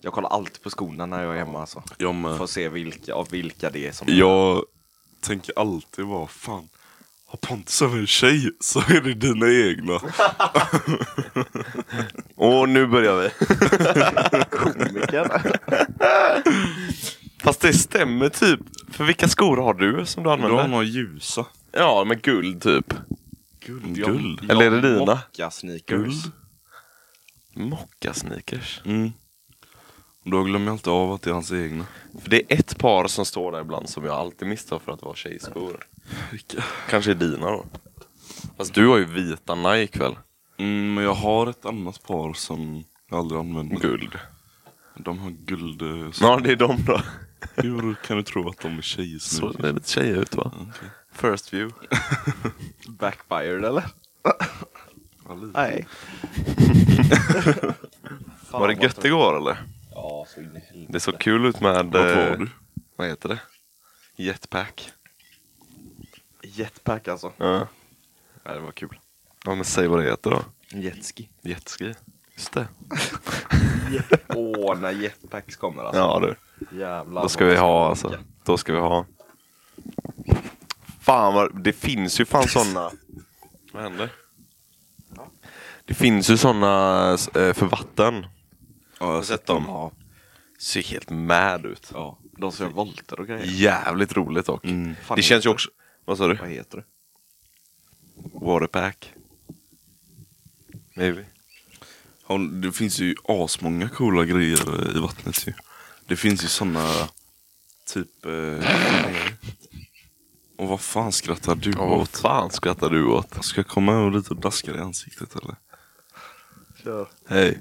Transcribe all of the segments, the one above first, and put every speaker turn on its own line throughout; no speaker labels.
Jag kollar alltid på skorna när jag är hemma alltså.
Jag med.
Får se vilka, av vilka det är som...
Jag tänker alltid bara, fan, har Pontus över en tjej så är det dina egna.
Och nu börjar vi.
Komiker.
Fast det stämmer typ. För vilka skor har du som du
Du
använder?
har några ljusa.
Ja, med guld typ.
Guld. Guld.
Eller är det dina?
Mocka-sneakers.
Mocka-sneakers.
Mm. Och Då glömmer jag alltid av att det är hans egna.
För det är ett par som står där ibland som jag alltid misstar för att vara tjejskor.
Vilka?
Kanske är dina då. Fast du har ju vita Nike väl?
Mm, men jag har ett annat par som jag aldrig använder.
Guld.
De har guld... eh, så-
Ja, det är de då.
Hur kan du tro att de är
Så
tjejsnus?
det är lite tjejer ut va? Mm, First view.
Backfired eller? Nej. Fan,
var det
vad
gött igår eller?
Ja, så in i helvete.
Det såg kul ut med...
Vart
eh,
var du?
Vad heter det? Jetpack.
Jetpack alltså.
Ja.
Ja, det var kul.
ja men säg vad det heter då.
Jetski.
Jetski. Just det.
Åh, när jetpacks kommer alltså.
Ja du.
Jävlar.
Då ska
vad
vi
det
ha
vara
alltså.
mycket.
Då ska vi ha. Fan vad, det finns ju fan såna. vad händer? Det finns ju såna eh, för vatten.
Ja, jag har
sett dem.
Ja.
Ser helt mad ut.
Ja, de som gör volter och grejer.
Jävligt roligt dock.
Mm.
Fan,
Det känns ju
heter-
också... Vad sa du?
Vad heter det?
Waterpack. Maybe.
Ja, Det finns ju asmånga coola grejer eh, i vattnet ju. Det finns ju såna typ... Eh, och vad fan skrattar du
Ja, vad
åt?
fan skrattar du åt?
Ska jag komma och lite och daska dig i ansiktet eller?
Kör.
Hej.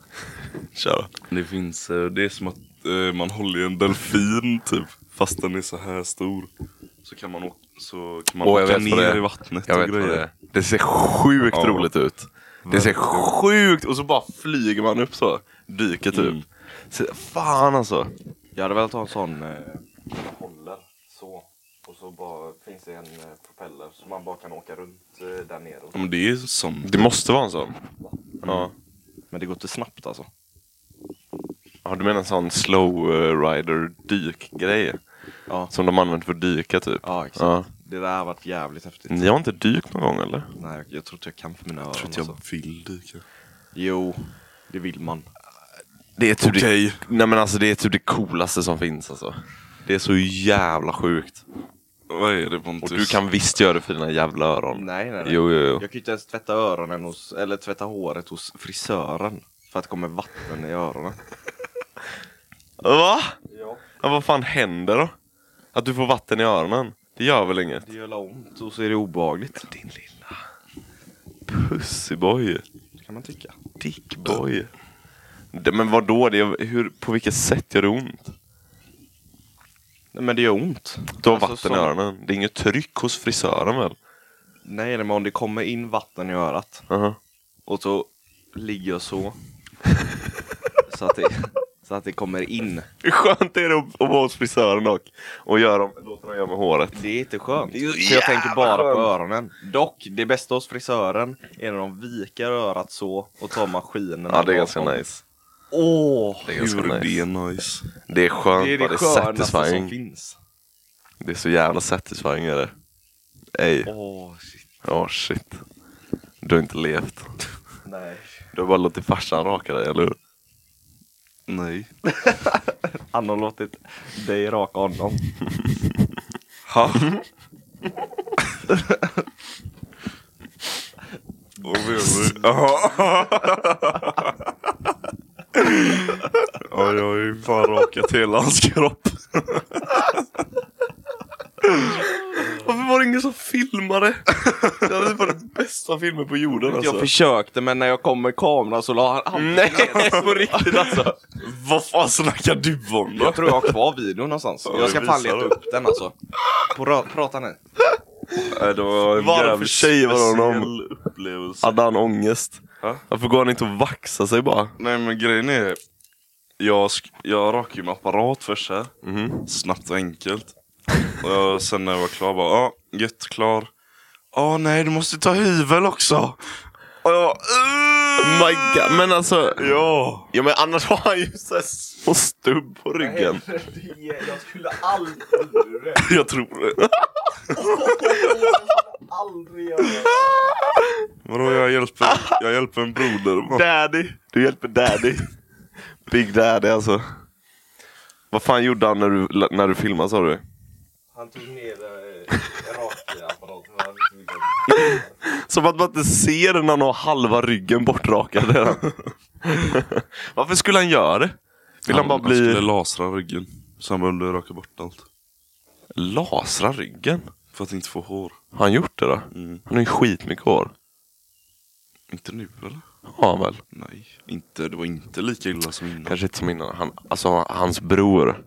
Kör.
Det finns, eh, det är som att eh, man håller i en delfin typ, fast den är så här stor. Så kan man, åka, så kan man
Åh, jag
åka
vet vad det
ner
är.
i vattnet
Jag
och
vet vad
grejer.
det är. Det ser sjukt
Ja.
roligt ut. Det ser sjukt... Och så bara flyger man upp så. Dyker typ.
Mm.
Så, fan alltså.
Jag hade velat ha en sån... Eh, håller så. Och så bara finns det en eh, propeller så man bara kan åka runt eh, där nere.
Ja, men det är som...
Det måste vara en sån. Ja.
Men det går inte snabbt alltså.
ja. Du menar en sån slow eh, rider dykgrej?
Ja.
Som de använder för att dyka typ?
Ja, exakt.
Ja.
Det där har varit jävligt häftigt.
Ni har inte dykt någon gång eller?
Nej, jag tror inte jag kan för mina öron.
Jag tror inte
alltså.
jag vill dyka.
Jo, det vill man.
Det är typ
Okej.
det, nej men alltså det är typ det coolaste som finns alltså. Det är så jävla sjukt.
Vad är det
Och
Pontus?
du kan visst göra det för dina jävla öron.
Nej, nej, nej.
Jo, jo, jo.
Jag kan ju inte ens tvätta öronen hos, eller tvätta håret hos frisören. För att det kommer vatten i öronen.
Va?
Ja.
Ja, vad fan händer då? Att du får vatten i öronen? Det gör väl inget?
Det gör la ont och så är det obehagligt.
Din lilla pussyboy.
kan man tycka.
Dickboy. Det- Men vad då? Det, är- hur, på vilket sätt gör det ont?
Nej, men det gör ont.
Du har
Alltså,
vatten
som-
i öronen. Det är inget tryck hos frisören väl?
Nej, nej, men om det kommer in vatten i örat
Aha.
och så ligger jag så. så, att det, så att det kommer in.
Hur skönt är det att, att vara hos frisören dock? Och göra dem, låta dem göra med håret?
Det är inte skönt.
Det är ju
För jag tänker
jävla
bara
skönt.
på öronen. Dock, det bästa hos frisören är när de viker örat så och tar maskinen.
Ja, det är ganska nice.
Åh!
Det är ganska
Hur är det
nice.
nice?
Det är skönt,
Det är
bara
det
det är
skönaste
satisfying.
som finns.
Det är så jävla satisfying är det. Ey,
Åh, shit.
ja shit. Du har inte levt.
Nej.
Du har bara låtit farsan raka dig, eller hur?
Nej.
Han har låtit dig raka honom.
Ha? Och vi- vi- Jaha. Ja, jag har ju fan rakat hela hans kropp.
Varför var det ingen som filmade? Det hade varit den bästa filmen på jorden
Jag försökte men när jag kom med kameran så la han... han
Alltså. Nej, på riktigt alltså.
Vad fan snackar du om då?
jag tror jag har kvar videon någonstans.
Ja,
Jag ska
vi
fan
visar
leta
den.
upp den alltså. Pra- Prata nu.
Nej, det var en
Varför
jävligt
shavar honom?
speciell upplevelse.
Hade han ångest?
Ja.
Varför går han inte och vaxar sig bara?
Nej men grejen är, jag, sk- jag rakade ju med apparat först här. Snabbt och enkelt. Och jag, sen när jag var klar bara, ja, gött, klar. Ja, nej, du måste ta hyvel också. Och jag, "Ugh!"
My God. Men alltså,
Ja!
ja, men annars har han ju så här små stubb på ryggen.
Jag skulle aldrig göra det.
Jag tror det.
Aldrig göra det.
Vadå jag hjälper, jag hjälper en broder.
Daddy. Du hjälper daddy. Big daddy alltså. Vad fan gjorde han när du, när du filmade sa du?
Han tog ner eh, rakapparaten. Han hade liksom- så mycket-
Som att man inte ser när han har halva ryggen bortrakad. redan. Varför skulle han göra det? Vill han bara
Han skulle
bli...
lasra ryggen. Så han behövde raka bort allt.
Lasra ryggen?
För att inte få hår.
Har han gjort det då?
Mm.
Han har ju skitmycket hår.
Inte nu eller?
Har han väl?
Nej. Inte, det var inte lika illa som innan.
Kanske inte som innan. Han, alltså hans bror.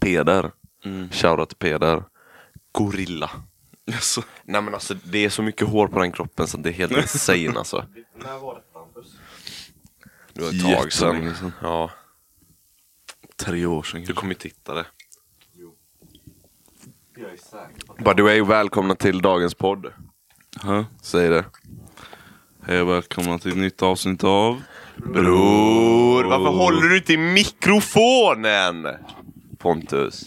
Peder.
Mm.
Shoutout till Peder. Gorilla.
Jaså?
Nej men alltså det är så mycket hår på den kroppen så det är helt insane alltså.
När var detta Hampus?
Det var ett tag
Jättelänge
sedan.
sedan.
Ja,
Tre år sedan
du
kanske.
kommer ju titta det.
Jag är säker på att
By the way, välkomna till dagens podd.
Ja.
Säg det.
Hej och välkomna till ett nytt avsnitt av...
Bror, varför håller du inte i mikrofonen? Pontus.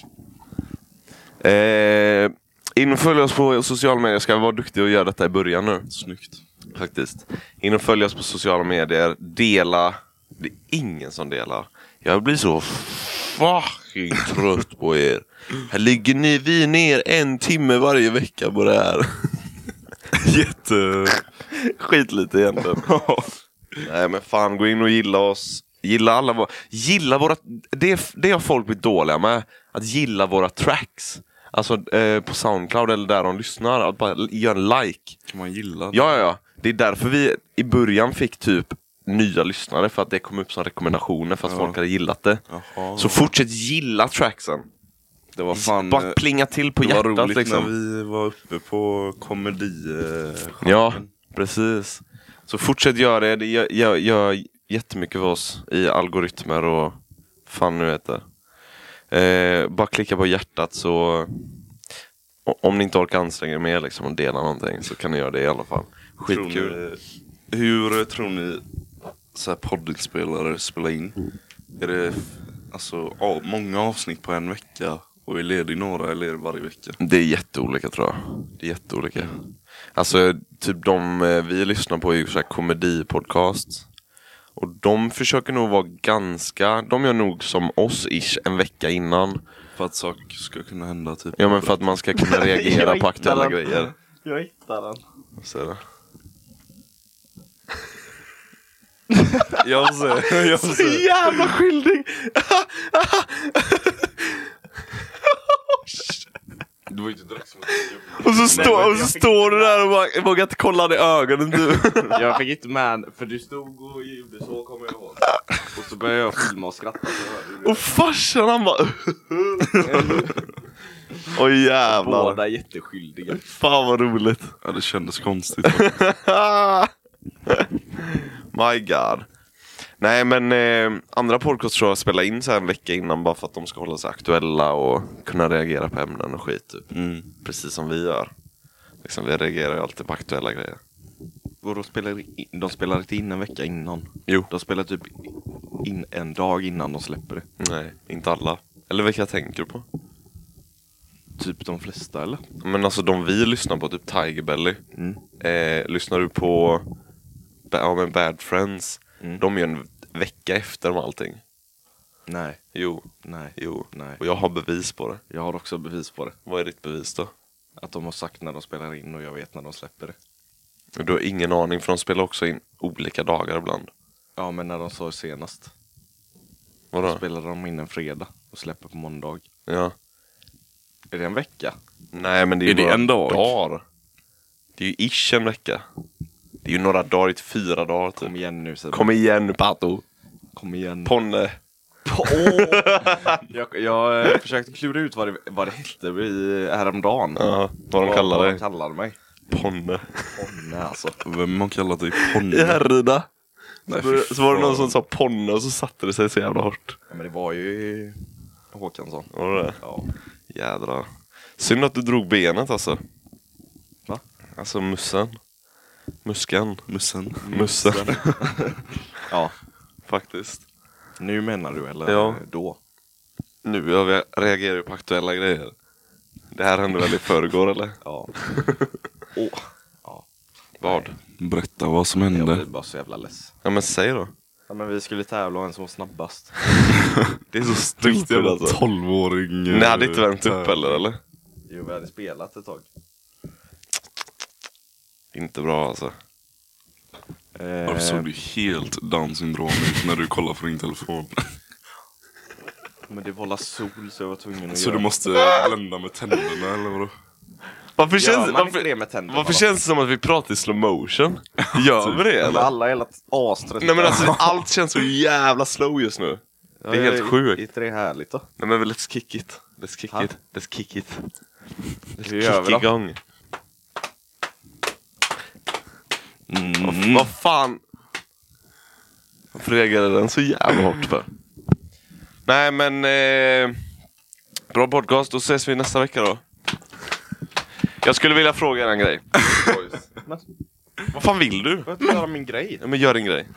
Eh, in och följ oss på sociala medier. Jag ska vara duktig och göra detta i början nu.
Snyggt.
Faktiskt. In och följ oss på sociala medier. Dela. Det är ingen som delar. Jag blir så fucking trött på er. Här ligger ni, vi ner en timme varje vecka på det här.
Jätte...
Skit lite egentligen. Nej men fan, gå in och gilla oss. Gilla alla våra... Gilla våra... Det, det har folk blivit dåliga med. Att gilla våra tracks. Alltså eh, på Soundcloud eller där de lyssnar. Att bara göra en like.
Kan man gilla det?
Ja, ja, ja. Det är därför vi i början fick typ nya lyssnare. För att det kom upp som rekommendationer fast
Ja.
folk hade gillat det.
Jaha.
Så fortsätt gilla tracksen.
det var fan... eh,
Bara plinga till på
det var
hjärtat
roligt
liksom.
när vi var uppe på komedi... eh,
Ja, precis. Så fortsätt göra det. Det gör, gör, gör jättemycket för oss i algoritmer och fan nu heter. Eh, bara klicka på hjärtat så o- om ni inte orkar anstränga er mer liksom och dela någonting så kan ni göra det i alla fall.
Tror
Skitkul.
Ni, hur tror ni så här poddinspelare spelar in? Är det f- alltså, av, många avsnitt på en vecka och är ledig några eller är det varje vecka?
Det är jätteolika tror jag. Det är jätteolika. Alltså typ de eh, vi lyssnar på är ju så här komedipodcasts. Och de försöker nog vara ganska, de gör nog som oss ish en vecka innan.
För att saker ska kunna hända typ.
Ja men för att man ska kunna reagera
Jag
på
hittar
aktuella
den.
grejer.
Jag hittar den.
Så är det.
Jag får se. Jag får se.
jävla skyldig!
Du var ju inte direkt som
Och så,
stå- men och så jag fick- står du
där och bara, vågar inte kolla dig i ögonen du.
Jag fick inte med den, för du stod och gjorde så kommer jag ihåg. Och så började jag filma och skratta. Så hörde du det.
Och farsan han bara... Oj jävlar.
Båda är jätteskyldiga.
Fan vad roligt.
Ja det kändes konstigt.
My God. Nej men eh, andra podcasts tror jag spelar in så här en vecka innan bara för att de ska hålla sig aktuella och kunna reagera på ämnen och skit typ.
Mm.
Precis som vi gör. Liksom, vi reagerar ju alltid på aktuella grejer.
Vadå spelar in, de spelar inte in en vecka innan?
Jo.
De spelar typ in en dag innan de släpper det.
Nej, inte alla. Eller vilka jag tänker på?
Typ de flesta eller?
Men alltså de vi lyssnar på, typ Tiger Belly.
Mm.
Eh, lyssnar du på Ba- ja, men Bad Friends?
Mm.
De gör en vecka efter med allting.
Nej,
Jo,
nej,
jo.
nej.
Och jag har bevis på det.
Jag har också bevis på det.
Vad är ditt bevis då?
Att de har sagt när de spelar in och jag vet när de släpper det.
Du har ingen aning för de spelar också in olika dagar ibland.
Ja men när de sa senast. Då
Vadå?
spelade de in en fredag och släpper på måndag.
Ja.
Är det en vecka?
Nej men det är, ju
Är det
några
en dag?
Dagar. Det är ju ish en vecka. Det är ju några dagar, det är typ fyra dagar typ.
Kom igen nu Simon.
Kom igen Pato.
Kom igen.
Ponne.
jag, jag eh, försökte klura ut vad det, vad det hette i, häromdagen.
Ja, vad de kallar
vad
dig.
de kallar mig.
Ponne.
Ponne alltså.
Vem har kallat dig ponny?
I Härryda.
Nej,
Så,
fy
så var det någon
fan.
som sa ponne och så satte det sig så jävla hårt.
Ja, men det var ju Håkansson.
Var det det?
Ja.
Jädrar. Synd att du drog benet alltså.
Va?
Alltså mussen. Muskan.
Mussen.
Mussan.
Ja,
Faktiskt.
nu menar du eller
Ja.
då?
Nu jag reagerar ju på aktuella grejer. Det här hände väl i förrgår eller?
Ja. Åh. Ja.
Vad?
Berätta vad som
Mm,
Jag
hände.
blir bara så jävla less.
Ja men säg då.
Ja, men vi skulle tävla och en som var snabbast.
Det är så
Riktigt
stort
jävla
alltså.
12-åring.
Ni hade
eh,
inte värmt upp heller eller?
Jo, vi hade spelat ett tag.
Inte bra alltså.
Varför
Eh,
såg du helt down syndrom ut när du kollade på din telefon?
men det var la sol så jag var tvungen att
Så
göra.
du måste blända med tänderna eller vadå?
Varför
Gör
känns,
man
varför,
inte det med tänderna?
varför
då?
känns det som att vi pratar i slow motion? Gör vi det
Men
eller?
Alla är hela aströtta.
Nej men alltså allt känns så jävla slow just nu.
Ja,
det är helt
ja,
sjukt.
Är inte det härligt då?
Nej men let's kick it. Let's kick
Ha?
it. Let's kick it. Let's
Det gör vi då.
kick igång. Vad-
Mm.
Vad fan? Varför reagerade den så jävla hårt för? Nej men... Eh, bra podcast, då ses vi nästa vecka då. Jag skulle vilja fråga er en grej.
Men,
Vad fan vill du?
får jag inte göra min grej?
Ja, men gör en grej.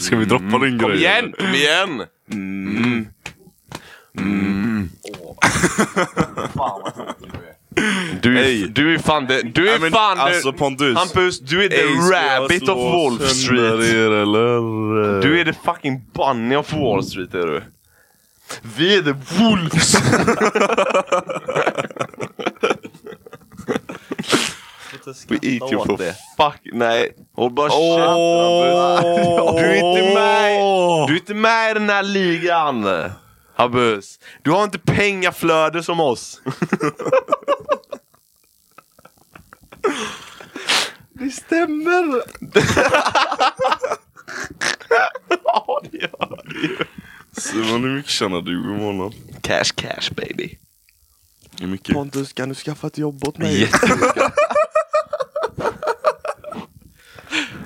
Ska vi droppa din grej?
Kom igen! Kom igen!
Fan vad tråkig du är.
Du
Ey.
är, du är fan det, du är
Nej, men
fan
Alltså
det,
Pontus.
Hampus, du är the
Ey, ska jag
rabbit
slå
of Wall
sönder
Street.
Er, eller?
Du är the fucking bunny of Wall Street är du. Vi är the wolves!
Sluta
We
skratta
eat you
åt
for
det.
fuck... Nej. Håll bara
Åh!
Du är inte med! Du är inte med i den här ligan! Hampus. Du har inte pengaflöde som oss.
Det stämmer!
Ja, det gör
Simon, hur mycket tjänar du i månaden?
Cash, cash baby.
Hur mycket?
Pontus, kan du skaffa ett jobb åt mig?
Jättemycket.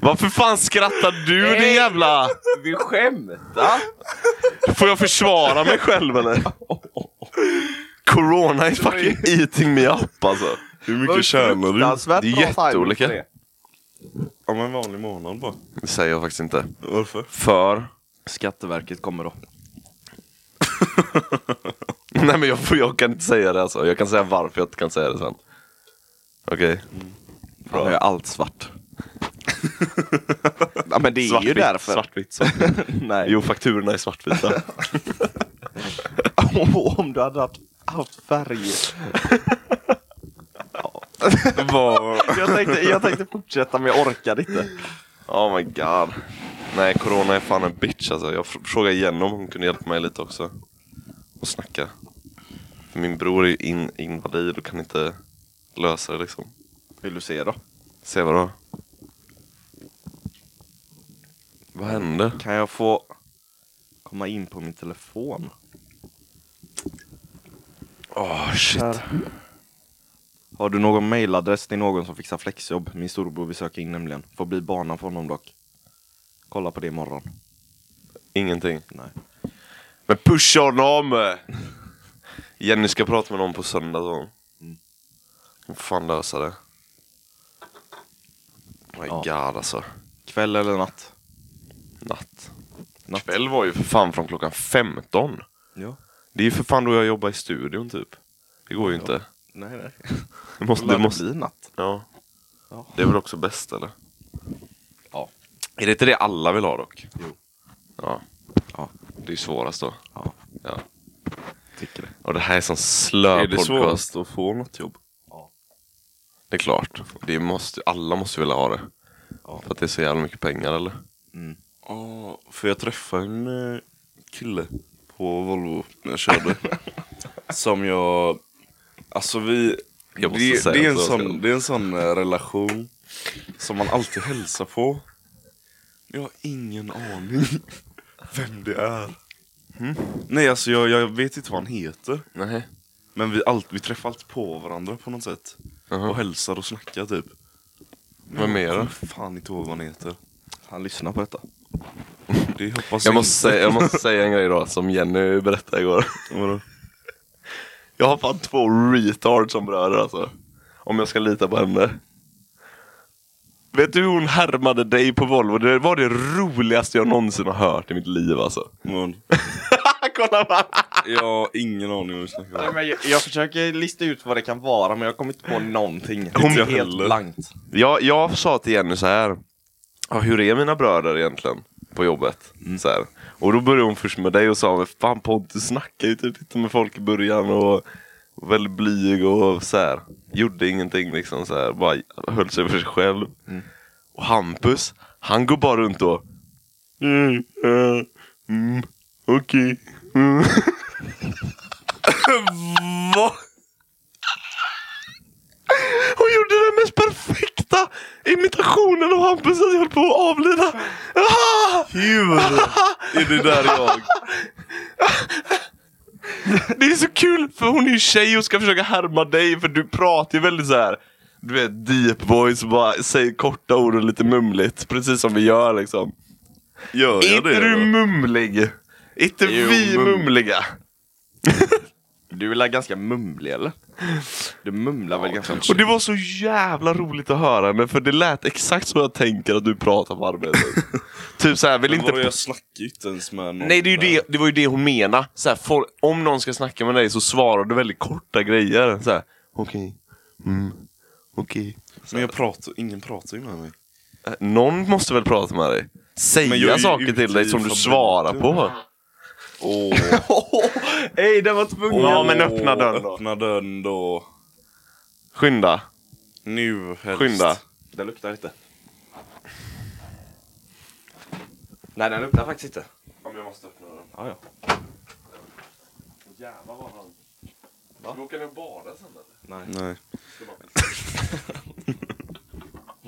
Varför fan skrattar du din jävla...
Vi skämtar!
Får jag försvara mig själv eller? Corona är fucking eating me up alltså.
Hur mycket tjänar du?
Fruktansvärt
Det är
bra timing för
jätteolika.
det.
Ja men vanlig månad bara.
Det säger jag faktiskt inte.
Varför?
För?
Skatteverket kommer då.
Nej men jag, får- jag kan inte säga det alltså. Jag kan säga varför jag inte kan säga det sen. Okej.
Mm. Han har ju allt svart. ja men det är ju
Svartvitt,
därför.
Svartvitt, svartvitt.
Nej.
Jo, fakturorna är svartvita.
Om du hade haft, haft färger.
Vad?
Jag tänkte, jag tänkte fortsätta men jag orkade inte.
oh my god. Nej, corona är fan en bitch alltså. Jag fr- frågade igen om hon kunde hjälpa mig lite också. Och snacka. För min bror är ju in- invalid och kan inte lösa det liksom.
Vill du se då?
Se vad då? Vad hände?
Kan jag få komma in på min telefon?
Åh Oh, shit.
Har du någon mailadress till någon som fixar flexjobb? Min storbror vill söka in nämligen. Får bli banan för honom dock. Kolla på det imorgon.
Ingenting.
Nej.
Men pusha honom! Jenny ska prata med någon på söndag sa hon. Hon får fan lösa det. Oh my
Ja.
god alltså.
Kväll eller natt?
Natt.
Natt.
Kväll var ju för fan från klockan 15.
Ja.
Det är ju för fan då jag jobbar i studion typ. Det går ju inte.
Nej, nej.
Det
Det
måste, det
lär
måste.
det bli natt.
Ja.
Ja.
Det är väl också bäst eller?
Ja.
Är det inte det alla vill ha dock?
Jo.
Ja.
Ja.
Det är ju svårast då.
Ja.
Ja.
Tycker det.
Och det här är sån slö
Är det
podcast.
svårast att få något jobb?
Det är klart. Det måste, alla måste vilja ha det.
Ja.
För att det är så jävla mycket pengar eller?
Mm.
Ja, för jag träffade en eh, kille på Volvo när jag körde. som jag... Alltså vi...
Jag måste
det,
säga
det, är en
att jag
sån,
ska-
det är en sån eh, relation som man alltid hälsar på. Jag har ingen aning vem det är.
Mm.
Nej, alltså jag, jag vet inte vad han heter.
Nej.
Men vi, allt, vi träffar alltid på varandra på något sätt.
Jaha.
och hälsar och snackar typ.
Vem är det?
Kommer fan inte ihåg vad han heter.
Han lyssnar på detta.
Det hoppas
Jag måste,
inte.
säga, jag måste säga en grej då, som Jenny berättade igår.
Vadå?
Jag har fan två retards som bröder alltså. Om jag ska lita på henne. Vet du hur hon härmade dig på Volvo? Det var det roligaste jag någonsin har hört i mitt liv alltså.
Men,
Kolla bara!
jag har ingen aning om vad vi snackar
Nej,
om.
men jag, jag försöker lista ut vad det kan vara, men jag kommer inte på någonting.
Hon-
det är helt blankt.
Jag, jag sa till Jenny så här. Ja, hur är mina bröder egentligen på jobbet? Så här. Och då började hon först med dig och sa men Fan Pontus snackar ju typ inte med folk i början och var väldigt blyg och så här. Gjorde ingenting liksom så här. Bara höll sig för sig själv. Och Hampus, han går bara runt och mm, eh, mm, Okej. Mm. Vad? Hon gjorde den mest perfekta imitationen av Hampus att jag höll på att avlida. Ah!
Hur är det där jag?
Det är så kul för hon är ju tjej och ska försöka härma dig för du pratar ju väldigt så här. Du vet deep voice och bara säger korta ord och lite mumligt. Precis som vi gör liksom.
Gör jag
Inte
det?
du
eller?
mumlig? Inte
Jo,
vi
mum-
mumliga?
Du är väl ganska mumlig eller? Du mumlar väl ganska
Och det var så jävla roligt att höra men för det lät exakt så jag tänker att du pratar på arbetet. typ såhär, vill
Men
inte...
vadå, jag snackar ju inte ens med någon.
Nej, det, är ju
där.
det, det var ju det hon menade. Så här, for, om någon ska snacka med dig så svarar du väldigt korta grejer. Så här, Okej. Mm. Okej.
Men jag pratar, ingen pratar ju med mig.
Äh, Någon måste väl prata med dig?
Men jag är
Säga
ju
saker
ute
till dig
i
som du
fabriken.
svarar på.
Åh.
Ej, den var tvungen!
Ja, men öppna dörren då.
Öppna dörren då.
Skynda.
Nu helst.
Skynda.
Det luktar inte. Nej, den luktar faktiskt inte.
Om jag måste öppna dörren.
Ja, ja.
Jävlar vad han... Va? Ska vi åka ner och bada sen eller?
Nej.
Nej.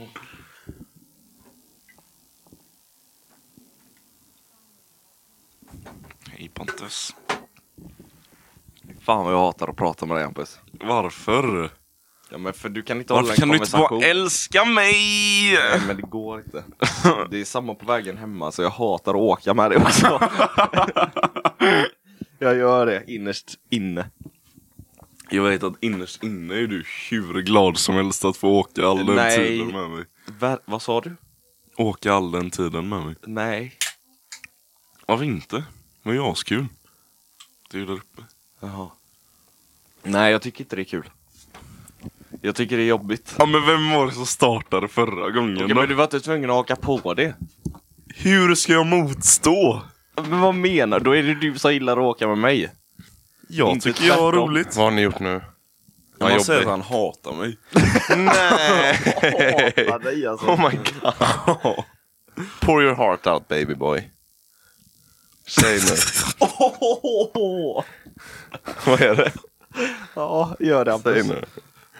Hej Pontus.
Fan vad jag hatar att prata med dig Hampus.
Varför?
Ja, men för du kan inte hålla
Varför
en
kan du inte
konversation.
bara älska mig?
Nej, men det går inte. Det är samma på vägen hemma, så jag hatar att åka med dig också. jag gör det innerst inne.
Jag vet att innerst inne är du hur glad som helst att få åka all den
Nej.
tiden med mig.
Ver- vad sa du?
Åka all den tiden med mig.
Nej.
Varför inte? Det var ju askul. Det är ju där uppe.
Jaha. Nej, jag tycker inte det är kul. Jag tycker det är jobbigt.
Ja men vem var det som startade förra gången
Okej,
då?
men du var inte tvungen att haka på det.
Hur ska jag motstå?
Men vad menar du? Då är det du som gillar att åka med mig.
Jag
Inte
tycker jag har
tvärtom.
roligt.
Vad har ni gjort nu?
Han
jobbig.
säger att han hatar mig.
Hatar dig alltså.
Oh my god. Pour your heart out baby boy. Säg nu. Vad är det?
Ja, gör det
Säg
Hampus.
nu.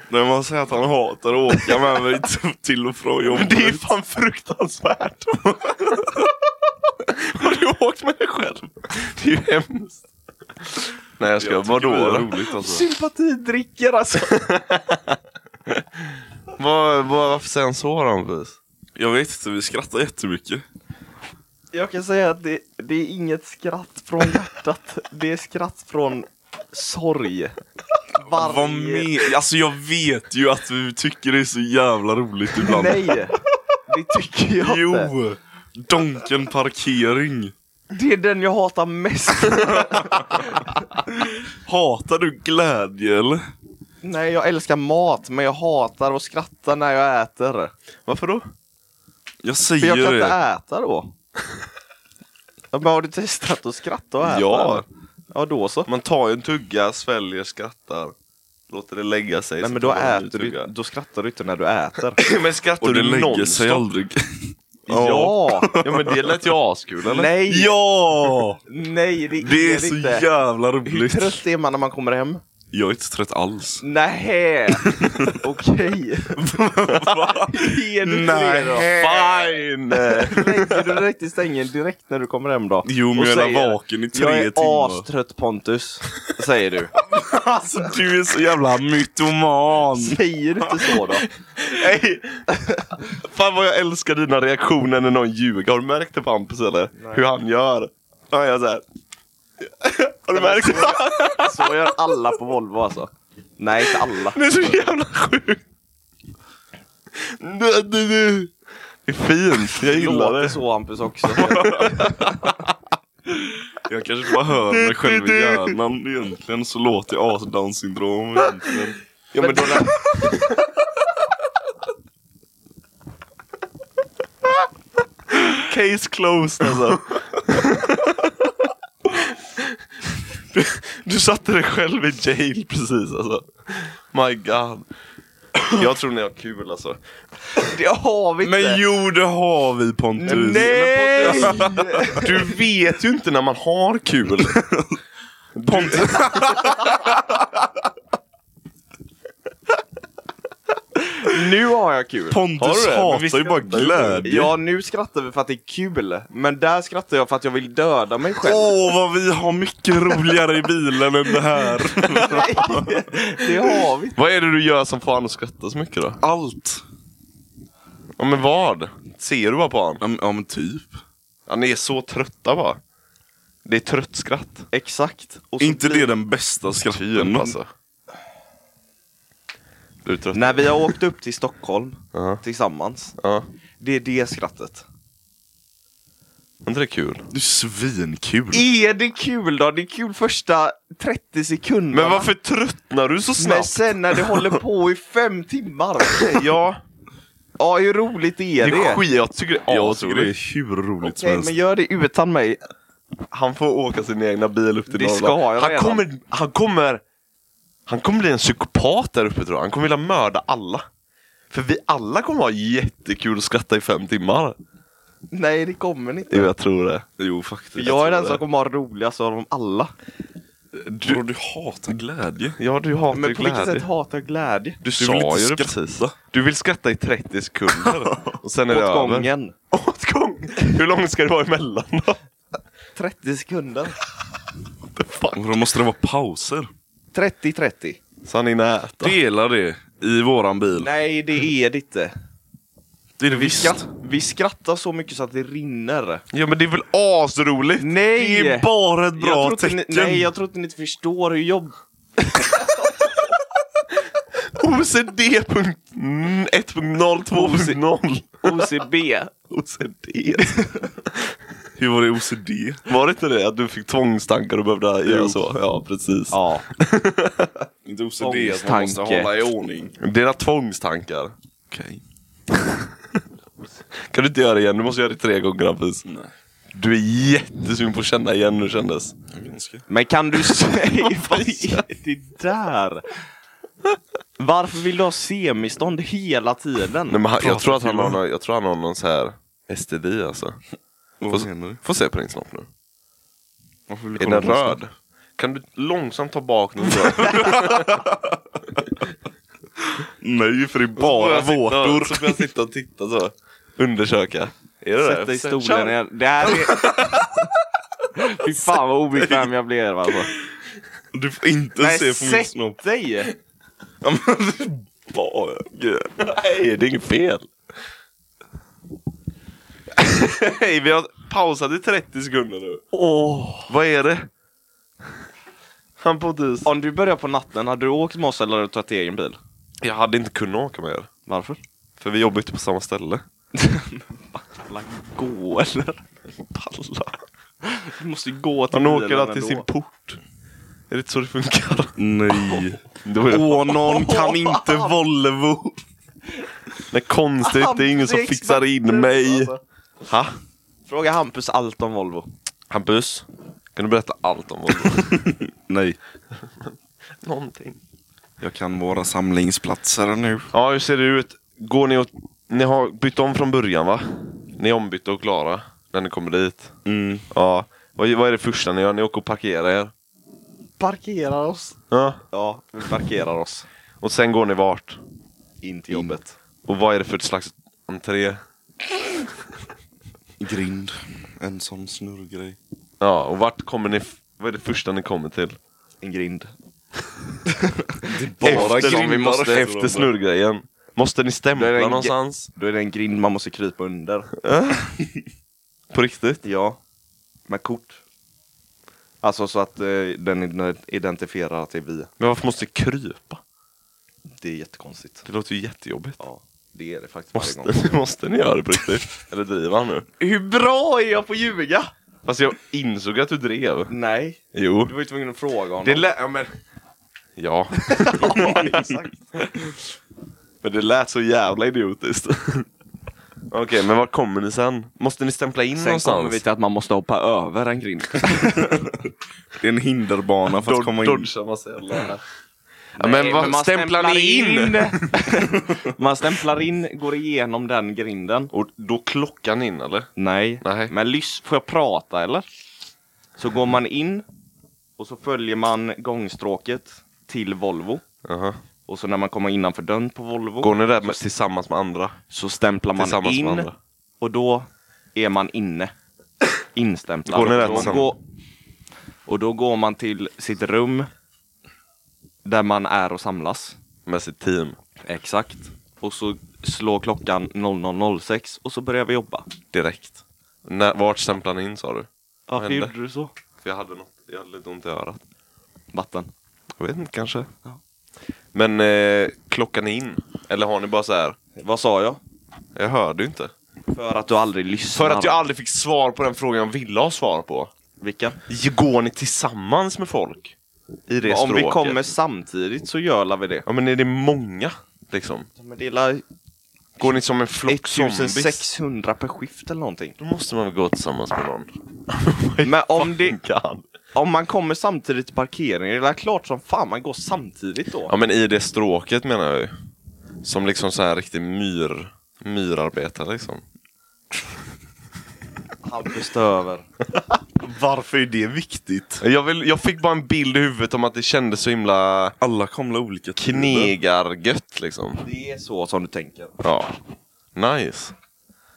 När man säger att han hatar att åka med mig t- till och från jobbet.
Det är fan fruktansvärt. Har du åkt med dig själv? Det är ju hemskt. Nej jag ska
Jag tycker
vadå?
det är
då?
roligt alltså.
Sympatidricker alltså.
Vad- vad- varför säger han så då Hampus?
Jag vet inte, vi skrattar jättemycket.
Jag kan säga att det, det är inget skratt från hjärtat. Det är skratt från sorg. Varje...
Vad med? Alltså jag vet ju att vi tycker det är så jävla roligt ibland.
Nej, det tycker jag inte.
Jo! Donken parkering.
Det är den jag hatar mest.
Hatar du glädje eller?
Nej, jag älskar mat, men jag hatar att skratta när jag äter.
Varför då?
Jag
För
säger
jag kan inte
det.
äta då. Ja, men har du testat att skratta och äta?
Ja.
eller? Ja, då så.
Man tar ju en tugga, sväljer, skrattar. Låter det lägga sig.
Nej,
så
men då,
tar man en ny
äter du,
tugga.
då skrattar du inte när du äter.
men skrattar
Och det
du
lägger sig
nonstop?
aldrig.
Ja!
Ja men det lät ju askul eller?
Nej!
Ja!
Nej, det,
Det är
det
så
inte.
jävla
Hur
roligt.
trött är man när man kommer hem?
Jag är inte trött alls.
Nej. Okej. Ge du Nej.
Fine!
Lägger du direkt i sängen direkt när du kommer hem då?
Jo, men
Och
jag är
säger,
vaken i tre
Jag är
timmar.
astrött Pontus, säger du.
Alltså du är så jävla mytoman!
Säger du inte så då?
Ey. Fan vad jag älskar dina reaktioner när någon ljuger. Har du märkt det på Hampus eller? Hur han gör? Då är jag såhär. Har du märkt det?
Så gör alla på Volvo alltså. Nej, inte alla.
Det är så jävla sjukt. Det, det, det. det är fint. Jag gillar
Låter
det.
så Hampus också.
Jag kanske bara hör mig själv i hjärnan egentligen, så låter jag asdown-syndrom egentligen.
Ja, men då, Case closed alltså. Du, du satte dig själv i jail precis alltså. My god. Jag tror ni har kul alltså.
Det har vi inte.
Men jo, det har vi Pontus!
Nej! Du vet ju inte när man har kul. Pontus.
Nu har jag kul.
Har du
Pontus
det? Men vi
hatar ju bara
skrattar ju.
glädje.
Ja, nu skrattar vi för att det är kul. Men där skrattar jag för att jag vill döda mig själv.
Åh, vad vi har mycket roligare i bilen än det här!
Nej, det har vi inte.
Vad är det du gör som får han att skratta så mycket då?
Allt!
Ja men vad? Ser du bara på han?
Ja, men- Ja men typ.
Ja, ni är så trötta bara. Det är trött skratt.
Exakt. Och så
inte
blir-
det den bästa skratten
alltså. Du är trött.
När vi har åkt upp till Stockholm
Ja.
tillsammans.
Ja.
Det är det skrattet.
Men det är kul.
Du är svinkul!
Är det kul då? Det är kul första 30 sekunderna.
Men varför tröttnar du så
Men
snabbt?
sen när det håller på i fem timmar.
ja,
Ja, hur roligt är
det
det?
är skit. Jag tycker det är
Jag tycker det
asroligt.
är hur roligt som
Okej,
helst.
men gör det utan mig.
Han får åka sin egna bil upp till
Det
Norrland.
ska jag
han
redan.
kommer, han kommer... Han kommer bli en psykopat där uppe tror jag. Han kommer vilja mörda alla. För vi alla kommer ha jättekul och skratta i fem timmar.
Nej, det kommer ni inte.
Jo, jag tror det.
Jo faktiskt.
Jag är
tror
den
det.
som kommer ha roligast av dem alla.
Du, Bro, du hatar glädje.
Ja, du hatar
Men på vilket
glädje.
sätt hatar jag glädje?
Du
Du vill
sa ju
inte
det
skratta.
precis. Du vill skratta i 30 sekunder och sen är det
Åt
över.
gången.
Åt gång. Hur långt ska det vara emellan då?
30 sekunder.
Och Då måste det vara pauser.
30-30.
Så han hinner äta.
Dela det i våran bil.
Nej, det är det inte.
Det är det
Vi,
visst.
skratt, vi skrattar så mycket så att det rinner.
Ja men det är väl asroligt?
Nej!
Det är bara ett
jag
bra
tror inte
tecken.
ni, nej, jag tror inte ni förstår hur jobb...
OCD punkt mm, 1.02.0
OCB.
OCD.
Hur var det OCD?
Var det inte det? Att du fick tvångstankar och behövde göra så? Ja precis.
Ja.
Inte OCD,
att man måste Ångesttanke. hålla
i ordning.
Dina tvångstankar.
Okej.
Kan du inte göra det igen? Du måste göra det tre gånger Hampus.
Nej.
Du är jättesugen på att känna igen hur det kändes.
Jag ganska.
Men kan du säga... Vad är det där? Varför vill du ha semistånd hela tiden?
Nej, men han, jag,
Pratar
tror att han
kul.
har, någon- jag tror han har någon så här STD alltså.
Vad menar du?
Få se på din snopp nu.
Varför vill du
Är
kolla
den
på oss?
röd? Kan du långsamt ta bak den röd?
Nej, för det är bara vårtor.
Så får jag sitta och titta så. Undersöka. Är det
Sätt
det?
dig i
Sen-
stolen
kör.
igen. Det här är... Fy fan vad obekväm jag blev alltså.
Du får inte se på min snopp.
sätt dig!
Ja, men det är bara...
Nej, det är inget fel. Hej, vi har pausat i 30 sekunder nu.
Åh.
Vad är det? Han bodde
Om du börjar på natten, hade du åkt med oss eller hade du tagit egen bil?
Jag hade inte kunnat åka med er.
Varför?
För vi jobbar inte på samma ställe.
Alla gå eller?
Pallar.
Du måste ju gå till
Han åker
bilen
alltid till
ändå.
sin port. Är det inte så det funkar? Oh.
Nej.
Det var
Åh, någon kan inte Volvo.
Nej, konstigt. Det är ingen som
Hampus är
fixar in
expert,
mig.
alltså.
Ha?
Fråga Hampus allt om Volvo.
Hampus, kan du berätta allt om Volvo?
Nej.
Någonting.
Jag kan våra samlingsplatser nu.
Ja, hur ser det ut? Går ni och... Ni har bytt om från början, va? Ni är ombytta och klara när ni kommer dit.
Mm.
Ja. Vad, vad är det första ni gör? Ni åker och parkerar er.
parkerar oss.
Ja.
Ja, vi parkerar oss.
Och sen går ni vart?
In till jobbet.
Och vad är det för ett slags entré?
Grind. En sån snurrgrej.
Ja, och vart kommer ni? f- Vad är det första ni kommer till?
En grind.
Eftersom vi måste efter snurrgrejen. Måste ni
Det är en
stämpla
ge-
någonstans?
Då är det en grind man måste krypa under.
På riktigt?
Ja. Med kort. Alltså så att eh, den identifierar att det är vi.
Men varför måste ni krypa?
Det är jättekonstigt.
Det låter ju jättejobbigt.
Ja, det är det faktiskt varje gång.
Måste, måste ni göra det på riktigt? Eller driver han nu?
Hur bra är jag på att ljuga?
Fast jag insåg att du drev.
Nej,
Jo.
du var ju tvungen att fråga honom.
Det lät... Ja, men... Ja.
ja, exakt.
Men det lät så jävla idiotiskt. Okej, men var kommer ni sen? Måste ni stämpla in
Sen
någonstans?
kommer vi till att man måste hoppa över en grind.
Det är en hinderbana för att
Dod-
komma in.
Dodgar massa jävla... Ja, men vad stämplar ni in?
man stämplar in, går igenom den grinden.
Och då klockar ni in eller?
Nej,
Nej.
men lys, får jag prata eller? Så går man in och så följer man gångstråket till Volvo.
Jaha.
Och så när man kommer innanför dörren på Volvo
Går ni där med, tillsammans med andra?
så stämplar man
Tillsammans med
in
andra.
och då är man inne. Instämplad.
Går ni där
och, då
tillsammans?
går, och då går man till sitt rum där man är och samlas.
Med sitt team?
Exakt. Och så slår klockan 00.06 och så börjar vi jobba.
Direkt. När, vart stämplar ni in sa du?
Varför
hände?
gjorde du så?
För jag hade, något, jag hade lite ont i örat.
Vatten.
Jag vet inte kanske.
Ja.
Men eh, klockar ni in? Eller har ni bara så här?
Vad sa jag?
Jag hörde ju inte.
För att du aldrig lyssnar.
För att jag aldrig fick svar på den frågan jag ville ha svar på.
Vilka?
Går ni tillsammans med folk? I det
Om vi
stråket?
kommer samtidigt så gör la vi det.
Ja men är det många? Liksom.
Men det är la
Går ni som en flock zombies?
1600 per skift eller någonting.
Då måste man väl gå tillsammans med någon?
Men om, det,
God.
om man kommer samtidigt till parkeringen, det är väl klart som fan man går samtidigt då.
Ja men i det stråket menar jag ju. Som liksom så här riktig myr, myrarbetare liksom.
Hampus över.
Varför är det viktigt?
Jag, vill, jag fick bara en bild i huvudet om att det kändes så himla
Alla kommer olika
knegargött liksom.
Det är så som du tänker.
Ja. Nice.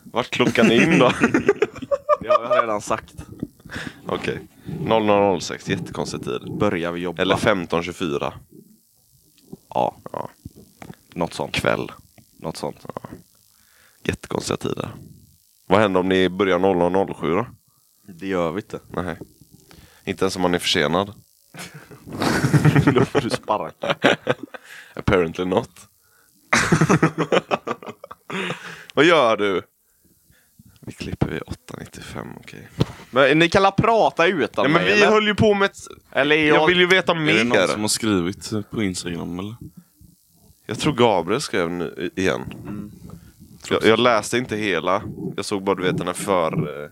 Vart klockar ni in då?
Det har jag redan sagt.
Okej. 00.06, jättekonstig tid.
Börjar vi jobba.
Eller 15.24.
Ja.
Ja.
Något sånt.
Kväll.
Något sånt.
Jättekonstiga tider. Vad händer om ni börjar 00.07 då?
Det gör vi inte.
Nej. Inte ens om man är försenad.
Då får du sparka.
Apparently not. Vad gör du? Vi klipper vid 8.95, okej.
Men ni kan la prata utan
Ja, men
mig
vi
eller?
höll ju på med ett...
eller är jag...
Jag vill ju veta
Är det någon som
mer.
har skrivit eh, på Instagram eller?
Jag tror Gabriel skrev nu igen. Jag, jag läste inte hela. Jag såg bara du vet den här för... Eh,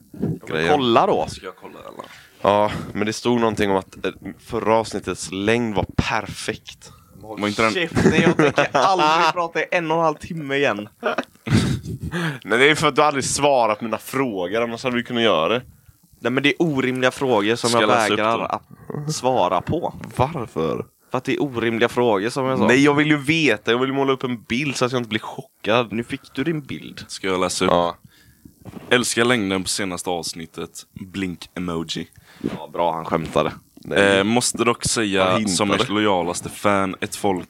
grejen.
Kolla då. Ska jag kolla eller?
Ja, men det stod någonting om att eh, förra avsnittets längd var perfekt.
Håll
Var inte den-
käften, jag tänker aldrig prata i en och en halv timme igen.
Nej, det är för att du aldrig svarat på mina frågor, annars hade vi kunnat göra det.
Nej men det är orimliga frågor som
Ska
jag
jag läsa upp
vägrar
dem?
att svara på.
Varför?
För att det är orimliga frågor som jag sa.
Nej, jag vill ju veta. Jag vill måla upp en bild så att jag inte blir chockad.
Nu fick du din bild.
Ska jag läsa upp?
Ja.
Älskar längden på senaste avsnittet. Blink-emoji.
Ja, bra han skämtade.
Eh, måste dock
Han
säga
hintade.
som ert lojalaste fan ett folk,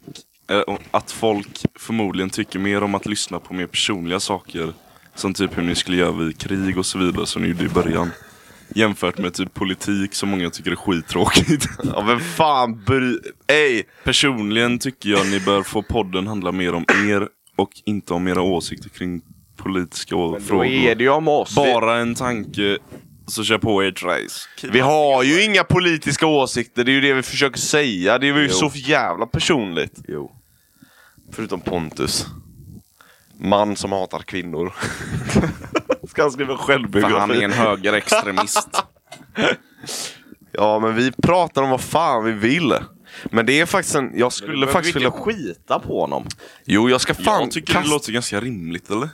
eh, att folk förmodligen tycker mer om att lyssna på mer personliga saker. Som typ hur ni skulle göra vid krig och så vidare som ni gjorde i början. Jämfört med typ politik som många tycker är skittråkigt.
Ja, vem fan bry... Ey!
Personligen tycker jag ni bör få podden handla mer om er och inte om era åsikter kring politiska
Då är
frågor.
det ju om oss.
Bara en tanke, så kör på ert race.
Vi har ju inga politiska åsikter, det är ju det vi försöker säga. Det är ju så jävla personligt.
Jo.
Förutom Pontus. Man som hatar kvinnor. Ska han skriva självbiografi?
För han är en högerextremist.
Ja, men vi pratar om vad fan vi vill. Men det är faktiskt en... Jag
Du
skulle
behöver
faktiskt
inte
vilja...
skita på honom.
Jo, jag ska fan
jag tycker det
kasta...
låter ganska rimligt eller?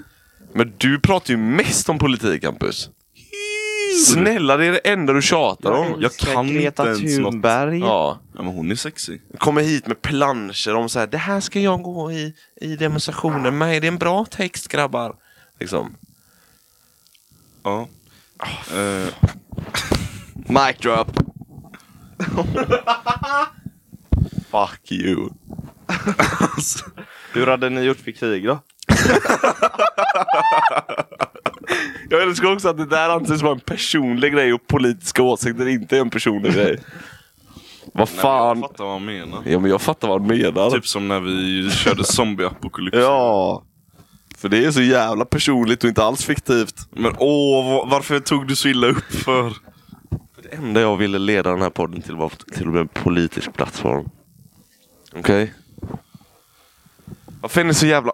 Men du pratar ju mest om politik, Hampus. Snälla, det är det enda du tjatar om.
Jag kan
Greta
inte ens något.
Thunberg.
Ja.
Ja, men hon är sexig.
Kommer hit med planscher om så här, det här ska jag gå i, i demonstrationen med. Det är en bra text grabbar. Liksom.
Ja. Eh,
Mic drop.
Fuck you.
Hur hade ni gjort vid krig då?
Jag älskar också att det där anses vara en personlig grej och politiska åsikter inte är en personlig grej. Vad
nej, men
fan.
Jag fattar vad han menar.
Ja men jag fattar vad han menar.
Typ som när vi körde zombieapokalyps.
Ja. För det är så jävla personligt och inte alls fiktivt.
Men åh, va- varför tog du så illa upp för?
Det enda jag ville leda den här podden till var till att bli en politisk plattform. Okej? Varför är ni så jävla...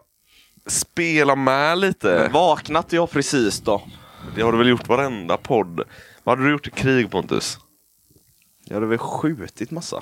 Spela med lite!
Vaknat jag precis då.
Det har du väl gjort varenda podd? Vad hade du gjort i krig Pontus?
Jag hade väl skjutit massa.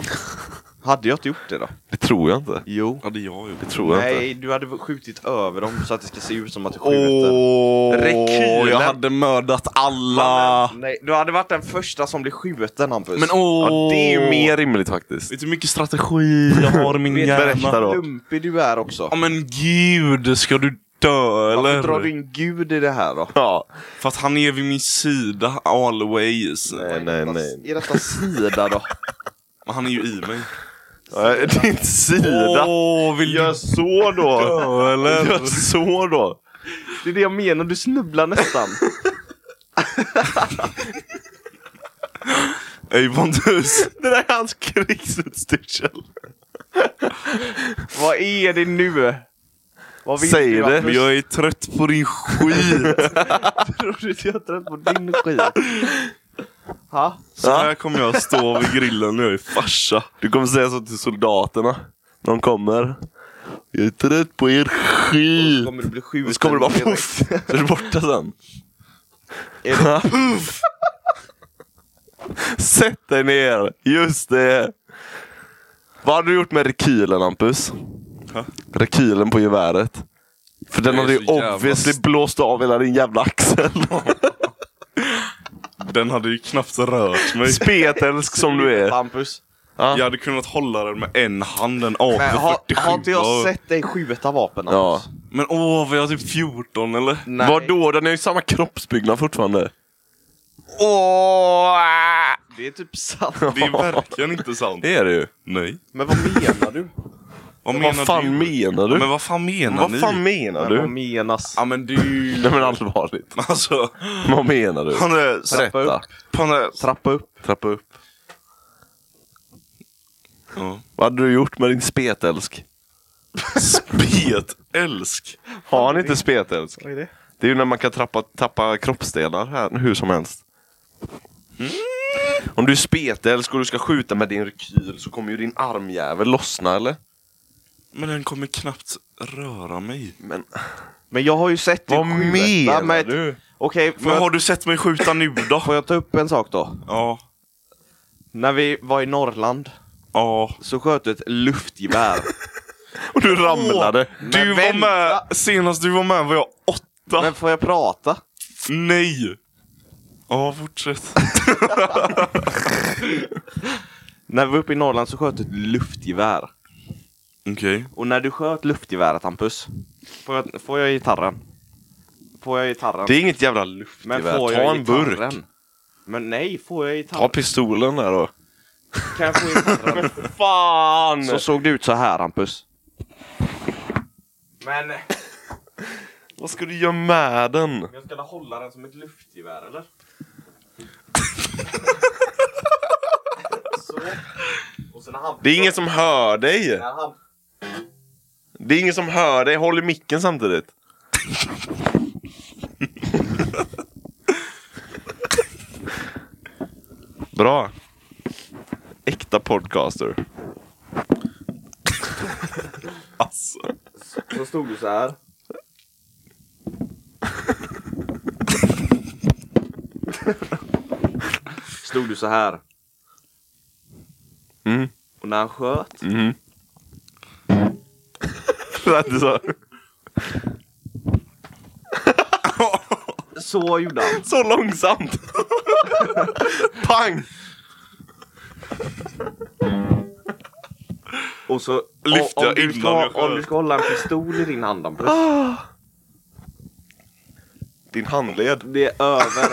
hade jag inte gjort det då?
Det tror jag inte.
Jo.
Ja, det är jag ju.
Det tror jag inte.
Nej, du hade väl skjutit över dem så att det ska se ut som att du skjuter.
Åh,
Rekylen.
jag hade mördat alla.
ah.
Nej, du hade varit den första som blir skjuten Hampus.
Men åh.
Ja, det är ju mer rimligt faktiskt.
Vet du hur mycket strategi jag har i min
Vet-
hjärna?
berätta. då.
Vad lumpig du är också.
Ja men gud, ska du dö
Varför
eller?
drar du in Gud i det här då?
Ja.
För att han är vid min sida always.
Nej, nej, nej.
I detta sida då?
Men han är ju i mig.
Nej, Din sida.
Åh, vill
Gör
du
så då!
dö eller?
Gör så då!
Det är det jag menar, du snubblar nästan.
Ey Pontus.
Det där är hans krigsutstyrsel.
Vad är det nu? Vad vill
Säg
du,
det.
Hampus?
Men jag är trött på din skit.
Tror du att jag är trött på din skit? Ha?
Så här kommer jag stå vid grillen när jag är farsa.
Du kommer säga så till soldaterna. När de kommer. Jag är trött på er skit.
Kommer du bli skjuten?
Så kommer det bara
direkt?
poff. Så är du borta sen.
Är
Sätt dig ner. Just det. Vad hade du gjort med rekylen Hampus?
Ha?
Rekylen på geväret. För den
Jag är
hade ju
så jävla
obviously
st-
blåst av hela din jävla axel.
Den hade ju knappt rört mig.
Spetälsk som du är.
Hampus.
Jag hade kunnat hålla den med en hand, en AK47.
Men har, har inte jag sett dig skjuta vapen
Ja.
Hampus?
Men åh, var jag typ 14 eller?
Nej.
Vadå? Den är ju samma kroppsbyggnad fortfarande.
Åh! Det är typ sant.
Det är verkligen inte sant.
Det är det ju.
Nej.
Men vad menar du?
Vad menar
Vad fan
du?
menar du?
Men vad fan menar ni?
Vad fan menar
Men vad
du?
menas?
Ja men det är ju...
Nej men allvarligt.
Alltså,
Vad menar du?
han är...
Trappa upp.
Han är...
Trappa upp.
Trappa upp.
Ja.
Vad hade du gjort med din spetälsk?
Spetälsk.
Har han inte spetälsk?
Vad är det?
Det är ju när man kan trappa, tappa kroppsdelar här hur som helst. Mm. Om du är spetälsk och du ska skjuta med din rekyl så kommer ju din armjävel lossna eller?
Men den kommer knappt röra mig.
Men
Men jag har ju sett dig
vad menar
med... ett-
du?
Okej, får,
Men
jag,
har du sett mig skjuta nu då?
får jag ta upp en sak då?
Ja.
När vi var i Norrland
Ja.
så sköt du ett luftgevär.
Och du ramlade.
Du var
vänta.
med... Senast du var med var jag åtta.
Men får jag prata?
Nej! Ja, fortsätt.
När vi var uppe i Norrland så sköt du ett luftgevär.
Okej.
Och när du sköt luftgeväret Hampus, får jag, får jag gitarren? Får jag gitarren?
Det är inget jävla luftgevär.
får
Ta en burk.
Men nej, får jag
Ta
gitarren?
pistolen där då.
Kan jag få gitarren?
Fan!
så såg det ut så här Hampus. Men,
Vad ska du göra med den?
jag ska hålla den som ett luftgevär eller? så. Och sen Hampus...
Det är ingen som hör dig!
När Hampus-
Det är ingen som hör dig, håll i micken samtidigt. Bra. Äkta podcaster.
Alltså.
Så stod du så här. Stod du så här.
Mm.
Och när han sköt.
Mm. Det lät inte så.
Så gjorde han.
så långsamt. Pang!
Och så
Lyfte
om, om,
jag
du
innan
ska,
jag sköt.
om du ska hålla en pistol i din hand Hampus,
Din handled.
Det är över.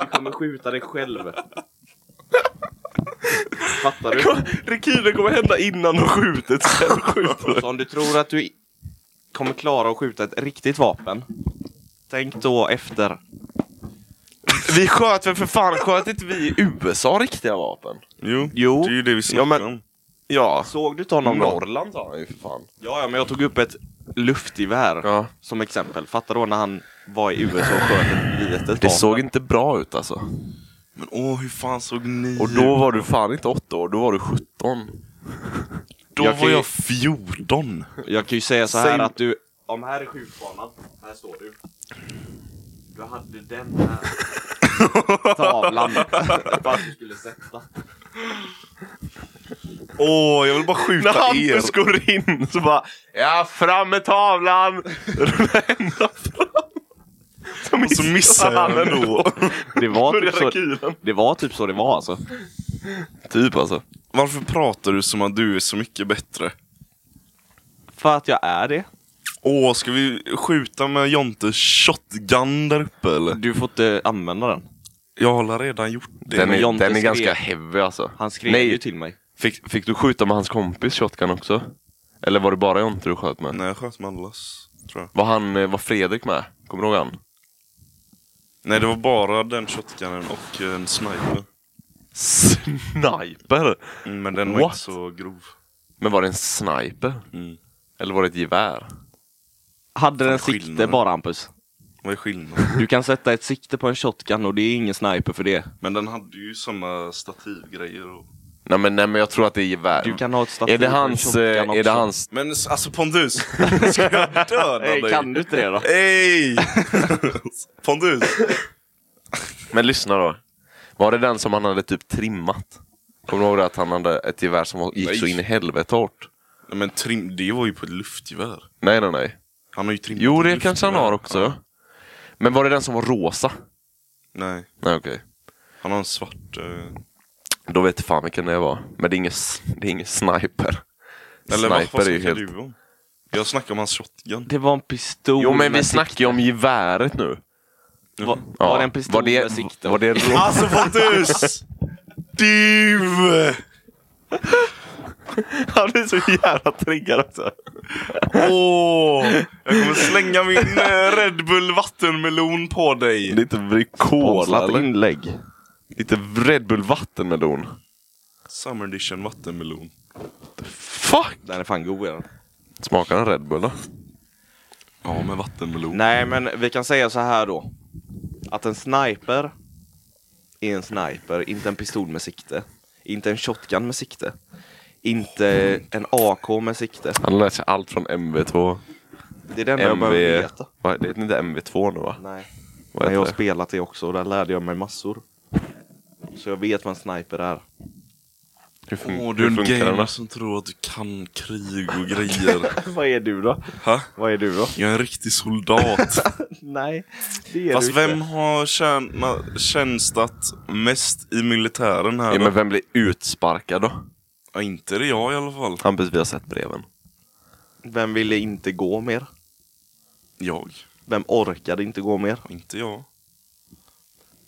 Du kommer skjuta dig själv. Fattar du?
Rekylen kommer hända innan de skjutit. Sen skjuter de.
Så om du tror att du i- kommer klara att skjuta ett riktigt vapen. Tänk då efter.
Vi sköt väl för fan, sköt inte vi i USA riktiga vapen?
Jo,
Jo.
det är ju det vi snackar
men-
om.
Ja.
Såg du ta någon gång?
Norrland sa han ju för fan.
Ja, ja, men jag tog upp ett luftgevär
Ja.
som exempel. Fattar då när han var i USA och sköt ett litet vapen.
Det såg inte bra ut alltså.
Men åh, hur fan såg ni
Och då var du fan inte åtta år, då var du 17.
Då
Jag kan
var
ju-
jag 14.
Jag kan ju säga så här
Säg-
att du... Om här är skjutbanan, här står du. Du hade den här tavlan för att du skulle sätta.
Åh, jag vill bara skjuta er.
går in så bara Ja, fram med tavlan! Rulla ända fram.
Och så missar jag den ändå.
Det var, typ
Börjar
så,
rekylen.
det var typ så det var alltså.
Typ alltså.
Varför pratar du som att du är så mycket bättre?
För att jag är det.
Åh, ska vi skjuta med Jontes shotgun där uppe eller?
Du får inte använda den.
Jag har redan gjort det.
Den
men
är,
Jonte
den är
skrev-
ganska heavy alltså.
Han skrev
Nej.
ju till mig.
Fick, fick du skjuta med hans kompis shotgun också? Eller var det bara Jonte du sköt med?
Nej, jag sköt med allas, tror jag.
Var, han, eh, var Fredrik med? Kommer du ihåg han?
Nej, det var bara den shotgunen och en sniper.
Sniper!
Mm, Men den var
What?
inte så grov.
Men var det en sniper?
Mm.
Eller var det ett gevär?
Hade den
skillnaden.
sikte bara Hampus.
Vad är skillnaden?
Du kan sätta ett sikte på en shotgun och det är ingen sniper för det.
Men den hade ju samma stativgrejer och...
Nej men, nej, men jag tror att det är gevär.
Du kan ha ett stativ
är det
på en
hans,
shotgun
eh, är det
också.
hans...
Men s- alltså Pondus! Ska jag döda
Nej,
dig?
kan du inte det då?
Ey! Pondus!
Men lyssna då. Var det den som han hade typ trimmat? Kommer du ihåg det att han hade ett gevär som var- gick
Nej.
så in i helvete hårt?
Nej, men trim, det var ju på ett luftgevär.
Nej nej nej.
Han har ju trimmat
Jo
ett
det kanske han
luftgevär.
har också.
Ja.
Men var det den som var rosa?
Nej,
Nej okej.
han har en svart... eh,
Då vet jag fan vilken det var. Men det är ingen, s- det är ingen sniper.
Eller vad, vad
sniper är ju
snackar
helt...
du om? Jag snackar om hans shotgun.
Det var en pistol
Jo men vi
med
snackar ju om geväret nu.
sikte. Var, var det en pistol
var det,
med sikte?
Var det ro-
Alltså Pontus! Du!
Han är så jävla triggad också.
Åh! Jag kommer slänga min eh, Red Bull vattenmelon på dig.
Lite Vricola
Sponsrat
eller?
inlägg.
Lite Red Bull vattenmelon.
Summer edition vattenmelon.
Fuck!
Den är fan god är den.
Smakar den Red Bull då?
Ja, med vattenmelon.
Nej, men vi kan säga så här då. Att en sniper är en sniper, inte en pistol med sikte. Inte en shotgun med sikte. Inte en AK med sikte.
Han har lärt sig allt från MV2.
Det är det enda jag
MV...
behöver veta.
Vad- Det är inte MV2 nu va?
Nej. Men
Vad heter
jag har
det?
spelat det också och där lärde jag mig massor. Så jag vet vad en sniper är.
Hur, fun-
Åh,
Åh,
du är
hur
en
funkar den
gamer
då?
som tror att du kan krig och grejer.
vad är du då?
Ha?
Vad är du då?
Jag är en riktig soldat.
Nej, det är
Fast
du inte.
vem har tjäna, tjänstat mest i militären här?
Ja,
då?
men vem blir utsparkad då?
ja, inte det jag i alla fall.
Hampus, vi har sett breven.
Vem ville inte gå mer?
Jag.
Vem orkade inte gå mer?
Inte jag.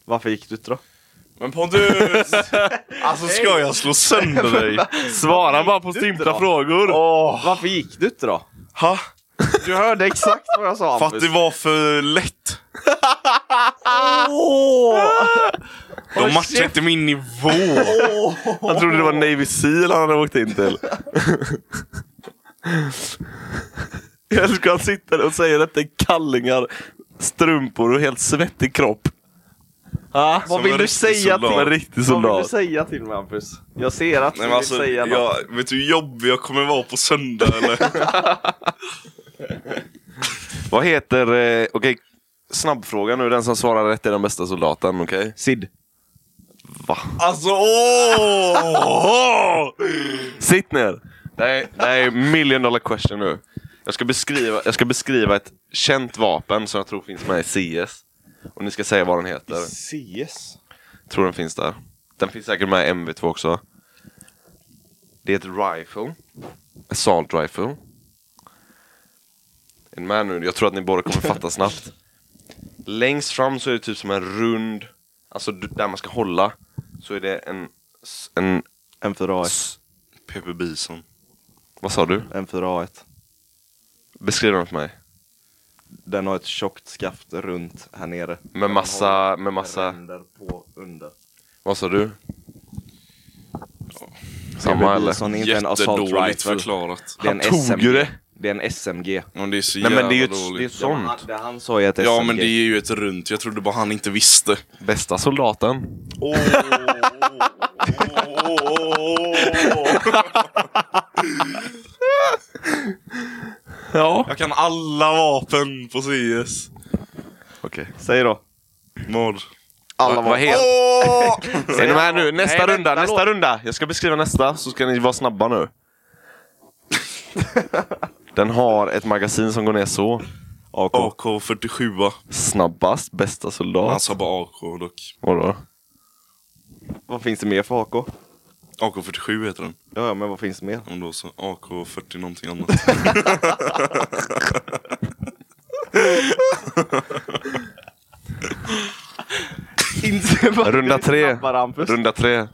Varför gick du inte då?
Men Pontus! alltså ska jag slå sönder dig?
Svara bara på
simpla
frågor!
Varför gick du inte då?
Ha?
Du hörde exakt vad jag sa
För att det var för lätt. De matchar inte min nivå.
Han trodde det var Navy Seal han hade åkt in till. Jag älskar att han sitter och säger detta i kallingar, strumpor och helt svettig kropp.
Äh?
Ah,
Som en riktig soldat.
Som en riktig
Vad vill du
soldat.
säga till mig Hampus? Jag ser att du
Nej, men alltså,
vill säga något.
jag, vet du hur jobbig jag kommer vara på söndag eller?
Vad heter, eh, okej, snabbfråga nu. Den som svarar rätt är den bästa soldaten, okej?
Sid.
Va?
Alltså åh!
Sitt ner! Det här, är- det här är million dollar question nu. Jag ska, beskriva, jag ska beskriva ett känt vapen som jag tror finns med i CS. Och ni ska säga vad den heter.
CS.
Tror den finns där. Den finns säkert med i MV2 också. Det är ett rifle. Assault rifle. En man nu, jag tror att ni båda kommer fatta snabbt. Längst fram så är det typ som en rund, alltså d- där man ska hålla, så är det en, s- en
M4A1.
Pepe Bison.
vad sa du?
M4A1.
Beskriv den för mig.
Den har ett tjockt skaft runt här nere. Den
Med massa,
har
med massa,
ränder på under.
vad sa du? Samma eller?
Som inte en assault
Jättedåligt
rifle.
förklarat.
Det är en
Han tog
SMG.
ju det.
Det är en SMG.
Men det är så
Nej, men det är ju
jävla
ett- det är
dåligt.
ett-
Ja, men han-
Sånt.
Det han sa är ett
Ja
SMG.
men det är ju ett runt. Jag trodde bara han inte visste.
Bästa soldaten.
Jag kan alla vapen på CS.
Okej.
Säg då.
Mord.
Alla var helt... Är ni med nu?
Nej, vänta,
Nästa runda, nästa
låt-
runda! Jag ska beskriva nästa, så ska ni vara snabba nu. Den har ett magasin som går ner så.
AK.
AK47.
Snabbast, bästa soldat.
Han sa bara AK dock.
Vadå?
Vad finns det mer för AK?
AK47 heter den.
Ja, ja, men vad finns det mer?
Om då så. AK40 någonting annat.
Inte bara-
Runda tre.
Snabbare, Hampus.
Runda tre.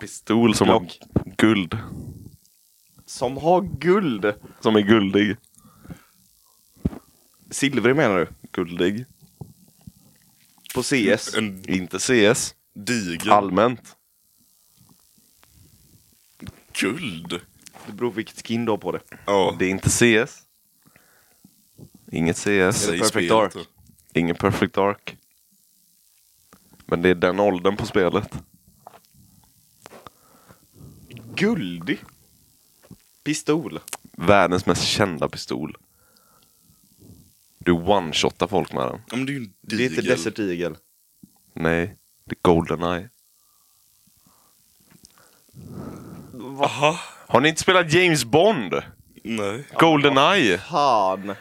Pistol som har
Glock.
guld.
Som har guld.
Som är guldig.
Silvrig menar du?
Guldig.
På CS?
En
Inte CS.
diger
Allmänt.
guld.
Det beror på vilket skin du har på det.
Ja.
Det är inte CS. Inget CS.
säg
Perfect
spelet
Dark.
då.
Ingen Perfect Dark. Men det är den åldern på spelet.
Guldig? Pistol?
Världens mest kända pistol. Du one-shotar folk med den.
Ja men det är ju en
Det är inte
diger.
Desert Eagle.
Nej, det är Goldeneye.
Aha.
Har ni inte spelat James Bond?
Nej.
Goldeneye?
Fan!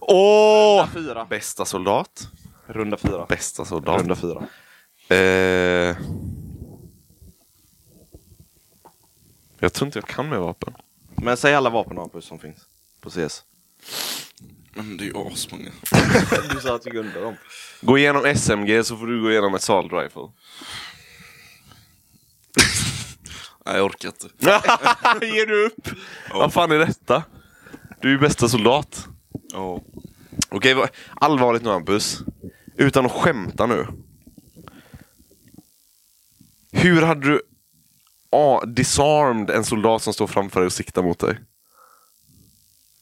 Åh!
Fyra.
Bästa soldat.
Runda fyra.
Bästa soldat.
Runda fyra.
Eh... Jag tror inte jag kan med vapen.
Men säg alla vapen Hampus som finns på CS.
Men det är ju asmånga.
Du sa att du kunde dem.
Gå igenom SMG så får du gå igenom ett salt rifle.
Nej jag orkar inte.
Ger du upp? Vad fan är detta? Du är ju bästa soldat.
Ja.
Okej, vad- allvarligt nu Hampus. Utan att skämta nu. Hur hade du ah, disarmed en soldat som står framför dig och siktar mot dig?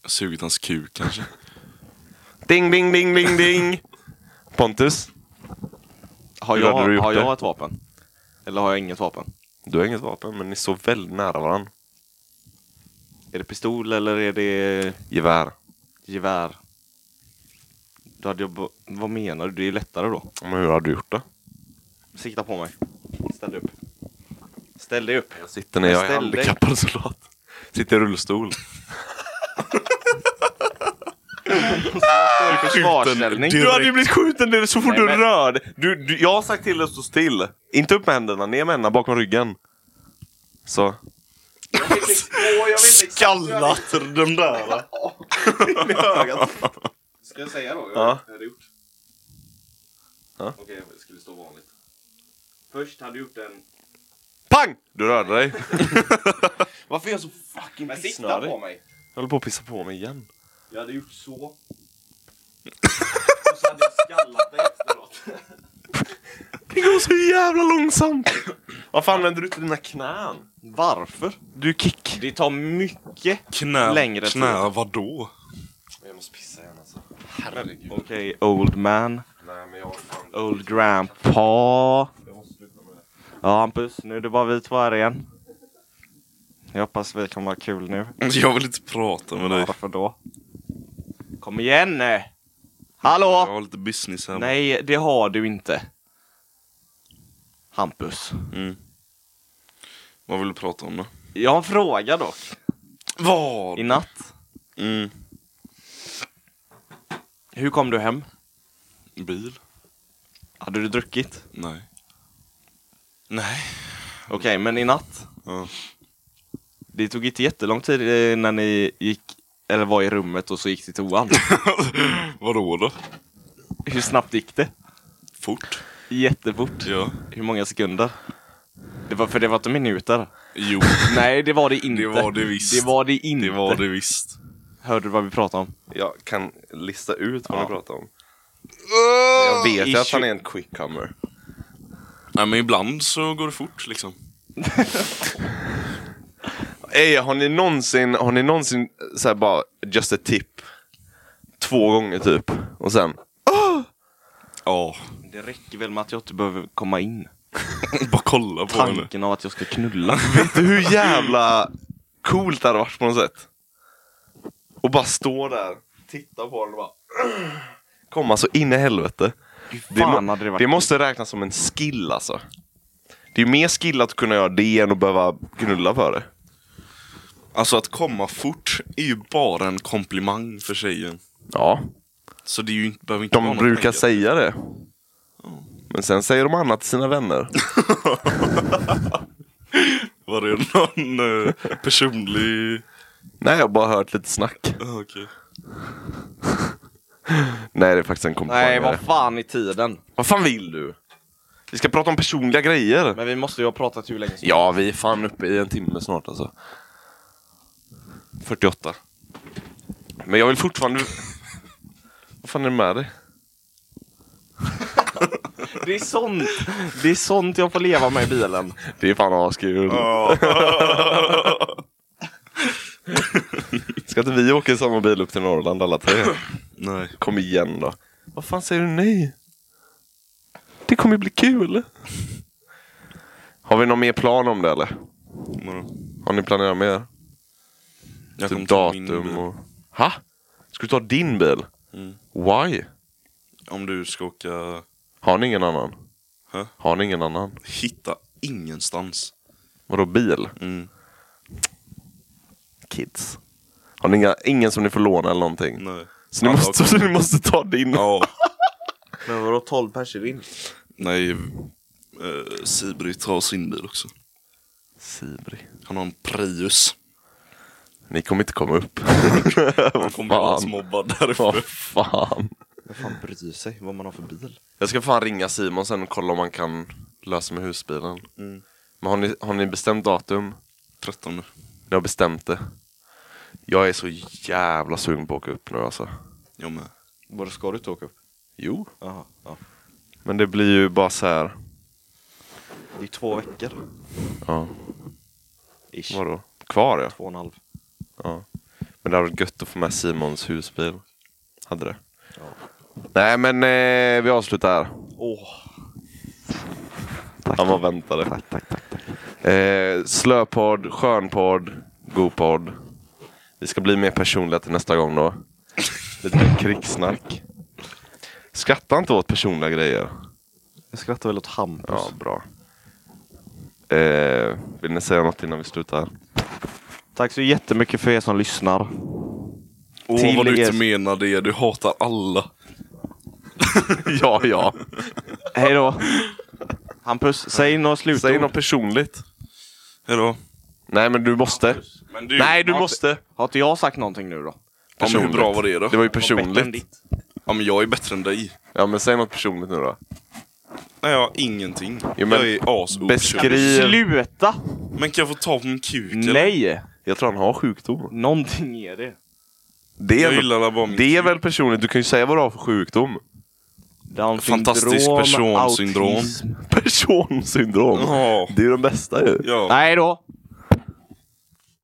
Sugit hans kuk kanske.
Ding, ding, ding, ding, ding! Pontus,
Har
Hur
jag,
hade du gjort
har jag
det?
ett vapen? Eller har jag inget vapen?
du har inget vapen men ni står väldigt nära varandra.
Är det pistol eller är det
Gevär.
gevär? Då hade jag... bo- Vad menar du? Det är lättare då.
Men hur hade du gjort det?
Sikta på mig. Ställ dig upp. Ställ dig upp.
Jag sitter när jag är
Ställ dig.
handikappad soldat. Sitter i rullstol.
Står i försvarsställning.
Du hade ju blivit skjuten så fort
Nej,
du
men-
rör dig. du, du, Jag har sagt till dig att stå still. Inte upp med händerna, ner med händerna bakom ryggen. Så.
Skallat den där.
Ska jag säga då?
Ja.
Jag hade gjort.
Ja.
Okej, det skulle stå vanligt. Först hade jag gjort en...
Pang! Du rörde dig.
Varför är jag så fucking Men sikta
pissnödig?
på mig.
Jag håller på att pissa på mig igen.
Jag hade gjort så. Och så hade jag skallat dig efteråt.
Det går så jävla långsamt. Varför använder du inte dina knän?
Varför?
Du är kick.
Det tar mycket.
Knä,
Längre
knä vadå?
Jag måste pissa igen alltså.
Okej, old man.
Nej men jag fan...
Old grandpa. Ja, Hampus, nu är det bara vi två här igen. Jag hoppas vi kan vara kul nu.
Jag vill inte prata med dig.
Varför då? Kom igen nu! Hallå!
Jag har lite business här.
Nej, det har du inte. Hampus.
Mm. Vad vill du prata om då?
Jag har en fråga dock.
Vad?
I natt.
Mm.
Hur kom du hem?
Bil?
Hade du druckit?
Nej. Nej.
Okej, men i natt.
Ja.
Det tog inte jättelång tid eh, när ni gick, eller var i rummet och så gick till toan.
Vadå då?
Hur snabbt gick det?
Fort?
Jättefort.
Ja.
Hur många sekunder? Det var, för det var inte minuter.
Jo,
Nej, det var det inte.
det var det visst.
Det var det inte.
det var det visst.
Hörde du vad vi pratade om?
Jag kan lista ut vad
Ja.
ni pratar om. Jag vet ju att
Issue-
han är en quickcomer.
Nej men ibland så går det fort liksom.
Ey, har ni någonsin, har ni någonsin så här bara just a tip? Två gånger typ. Och sen?
Ja.
Det räcker väl med att jag inte behöver komma in.
Bara kolla på henne.
Tanken av att jag ska knulla.
Vet du hur jävla coolt det hade varit på något sätt? Och bara stå där, titta på den och bara... Komma så in i helvete.
Hur
Det,
fan
må-
hade det varit?
det måste räknas som en skill alltså. Det är ju mer skill att kunna göra det än att behöva knulla för det.
Alltså att komma fort är ju bara en komplimang för tjejen.
Ja,
Så det är ju inte, behöver inte vara
de
något
brukar
negativt.
säga det. Men sen säger de annat till sina vänner.
Var det någon eh, personlig...
Nej, jag har bara hört lite snack.
Ah, Okej.
Nej, det är faktiskt en
Nej,
komplimang.
vad fan i tiden?
vad fan vill du? Vi ska prata om personliga grejer.
Men vi måste ju ha pratat hur länge som
Ja, vi är fan uppe i en timme snart alltså. 48. Men jag vill fortfarande... vad fan är det med dig?
Det är sånt! Det är sånt jag får leva med i bilen.
Det är fan askul. Ska inte vi åka i samma bil upp till Norrland alla tre?
Nej.
Kom igen då. Vad fan säger du nej? Det kommer ju bli kul. Har vi någon mer plan om det eller?
vadå?
Har ni planerat mer?
Jag
typ
kommer ta min
datum
bil.
och... Ha? Ska du ta din bil?
Mm.
Why?
Om du ska åka...
Har ni ingen annan?
Hä?
Har ni ingen annan?
Hitta ingenstans.
Vadå bil?
Mm.
Kids. Har ni inga, ingen som ni får låna eller någonting?
Nej.
Så ni måste, så ni måste ta din?
Ja.
Men vadå 12 pers i din?
Nej. eh, Sibri tar sin bil också.
Sibri.
Han har en Prius.
Ni kommer inte komma upp.
Han kommer bli
fan.
landsmobbad därifrån.
Vad fan.
Vad fan bryr sig vad man har för bil?
Jag ska fan ringa Simon sen och kolla om han kan lösa med husbilen. Men har ni, har ni bestämt datum?
13 nu.
Ni har bestämt det? Jag är så jävla sugen på att åka upp nu alltså.
Jag med.
Vadå ska du inte åka upp?
Jo.
Jaha, ja.
Men det blir ju bara så här.
Det är två veckor.
Ja.
Ish.
Vadå? Kvar ja.
Två och en halv.
ja. Men det hade varit gött att få med Simons husbil. Hade det.
Ja.
Nej men eh, vi avslutar här.
Åh.
Han var väntade. Tack, tack, tack. Eh, slöpodd, skönpodd, godpodd. Vi ska bli mer personliga till nästa gång då. Lite mer krigssnack. Skratta inte åt personliga grejer.
Jag skrattar väl åt Hampus.
Ja, bra. Eh, vill ni säga något innan vi slutar?
Tack så jättemycket för er som lyssnar.
Åh
Till
vad du
er-
inte menar det, du hatar alla.
ja, ja.
Hej då. Hampus, säg något slutord.
Säg något personligt.
Hejdå.
Nej, men du måste.
Men du,
Nej, du
Hampus.
måste.
Har inte jag sagt någonting nu då?
ja, men hur bra var det då?
Det var ju
Vad bättre än
personligt.
ditt.
Ja men jag är bättre än dig.
Ja, men säg något personligt nu då.
Nej jag har ingenting.
Jo, men-
jag är
Beskri-
asokänd.
Skriv.
Sluta!
Men kan jag få ta på min kuk eller?
Nej!
Jag tror han har sjukdom.
Någonting är det.
Det
Jag
är, väl,
gillar bara min
det är
kuk.
väl personligt. Du kan ju säga vad du har för sjukdom.
Down
Fantastisk
syndrom,
personsyndrom.
autism.
Personsyndrom.
Ja.
Det är ju de bästa ju.
Ja.
Nej då!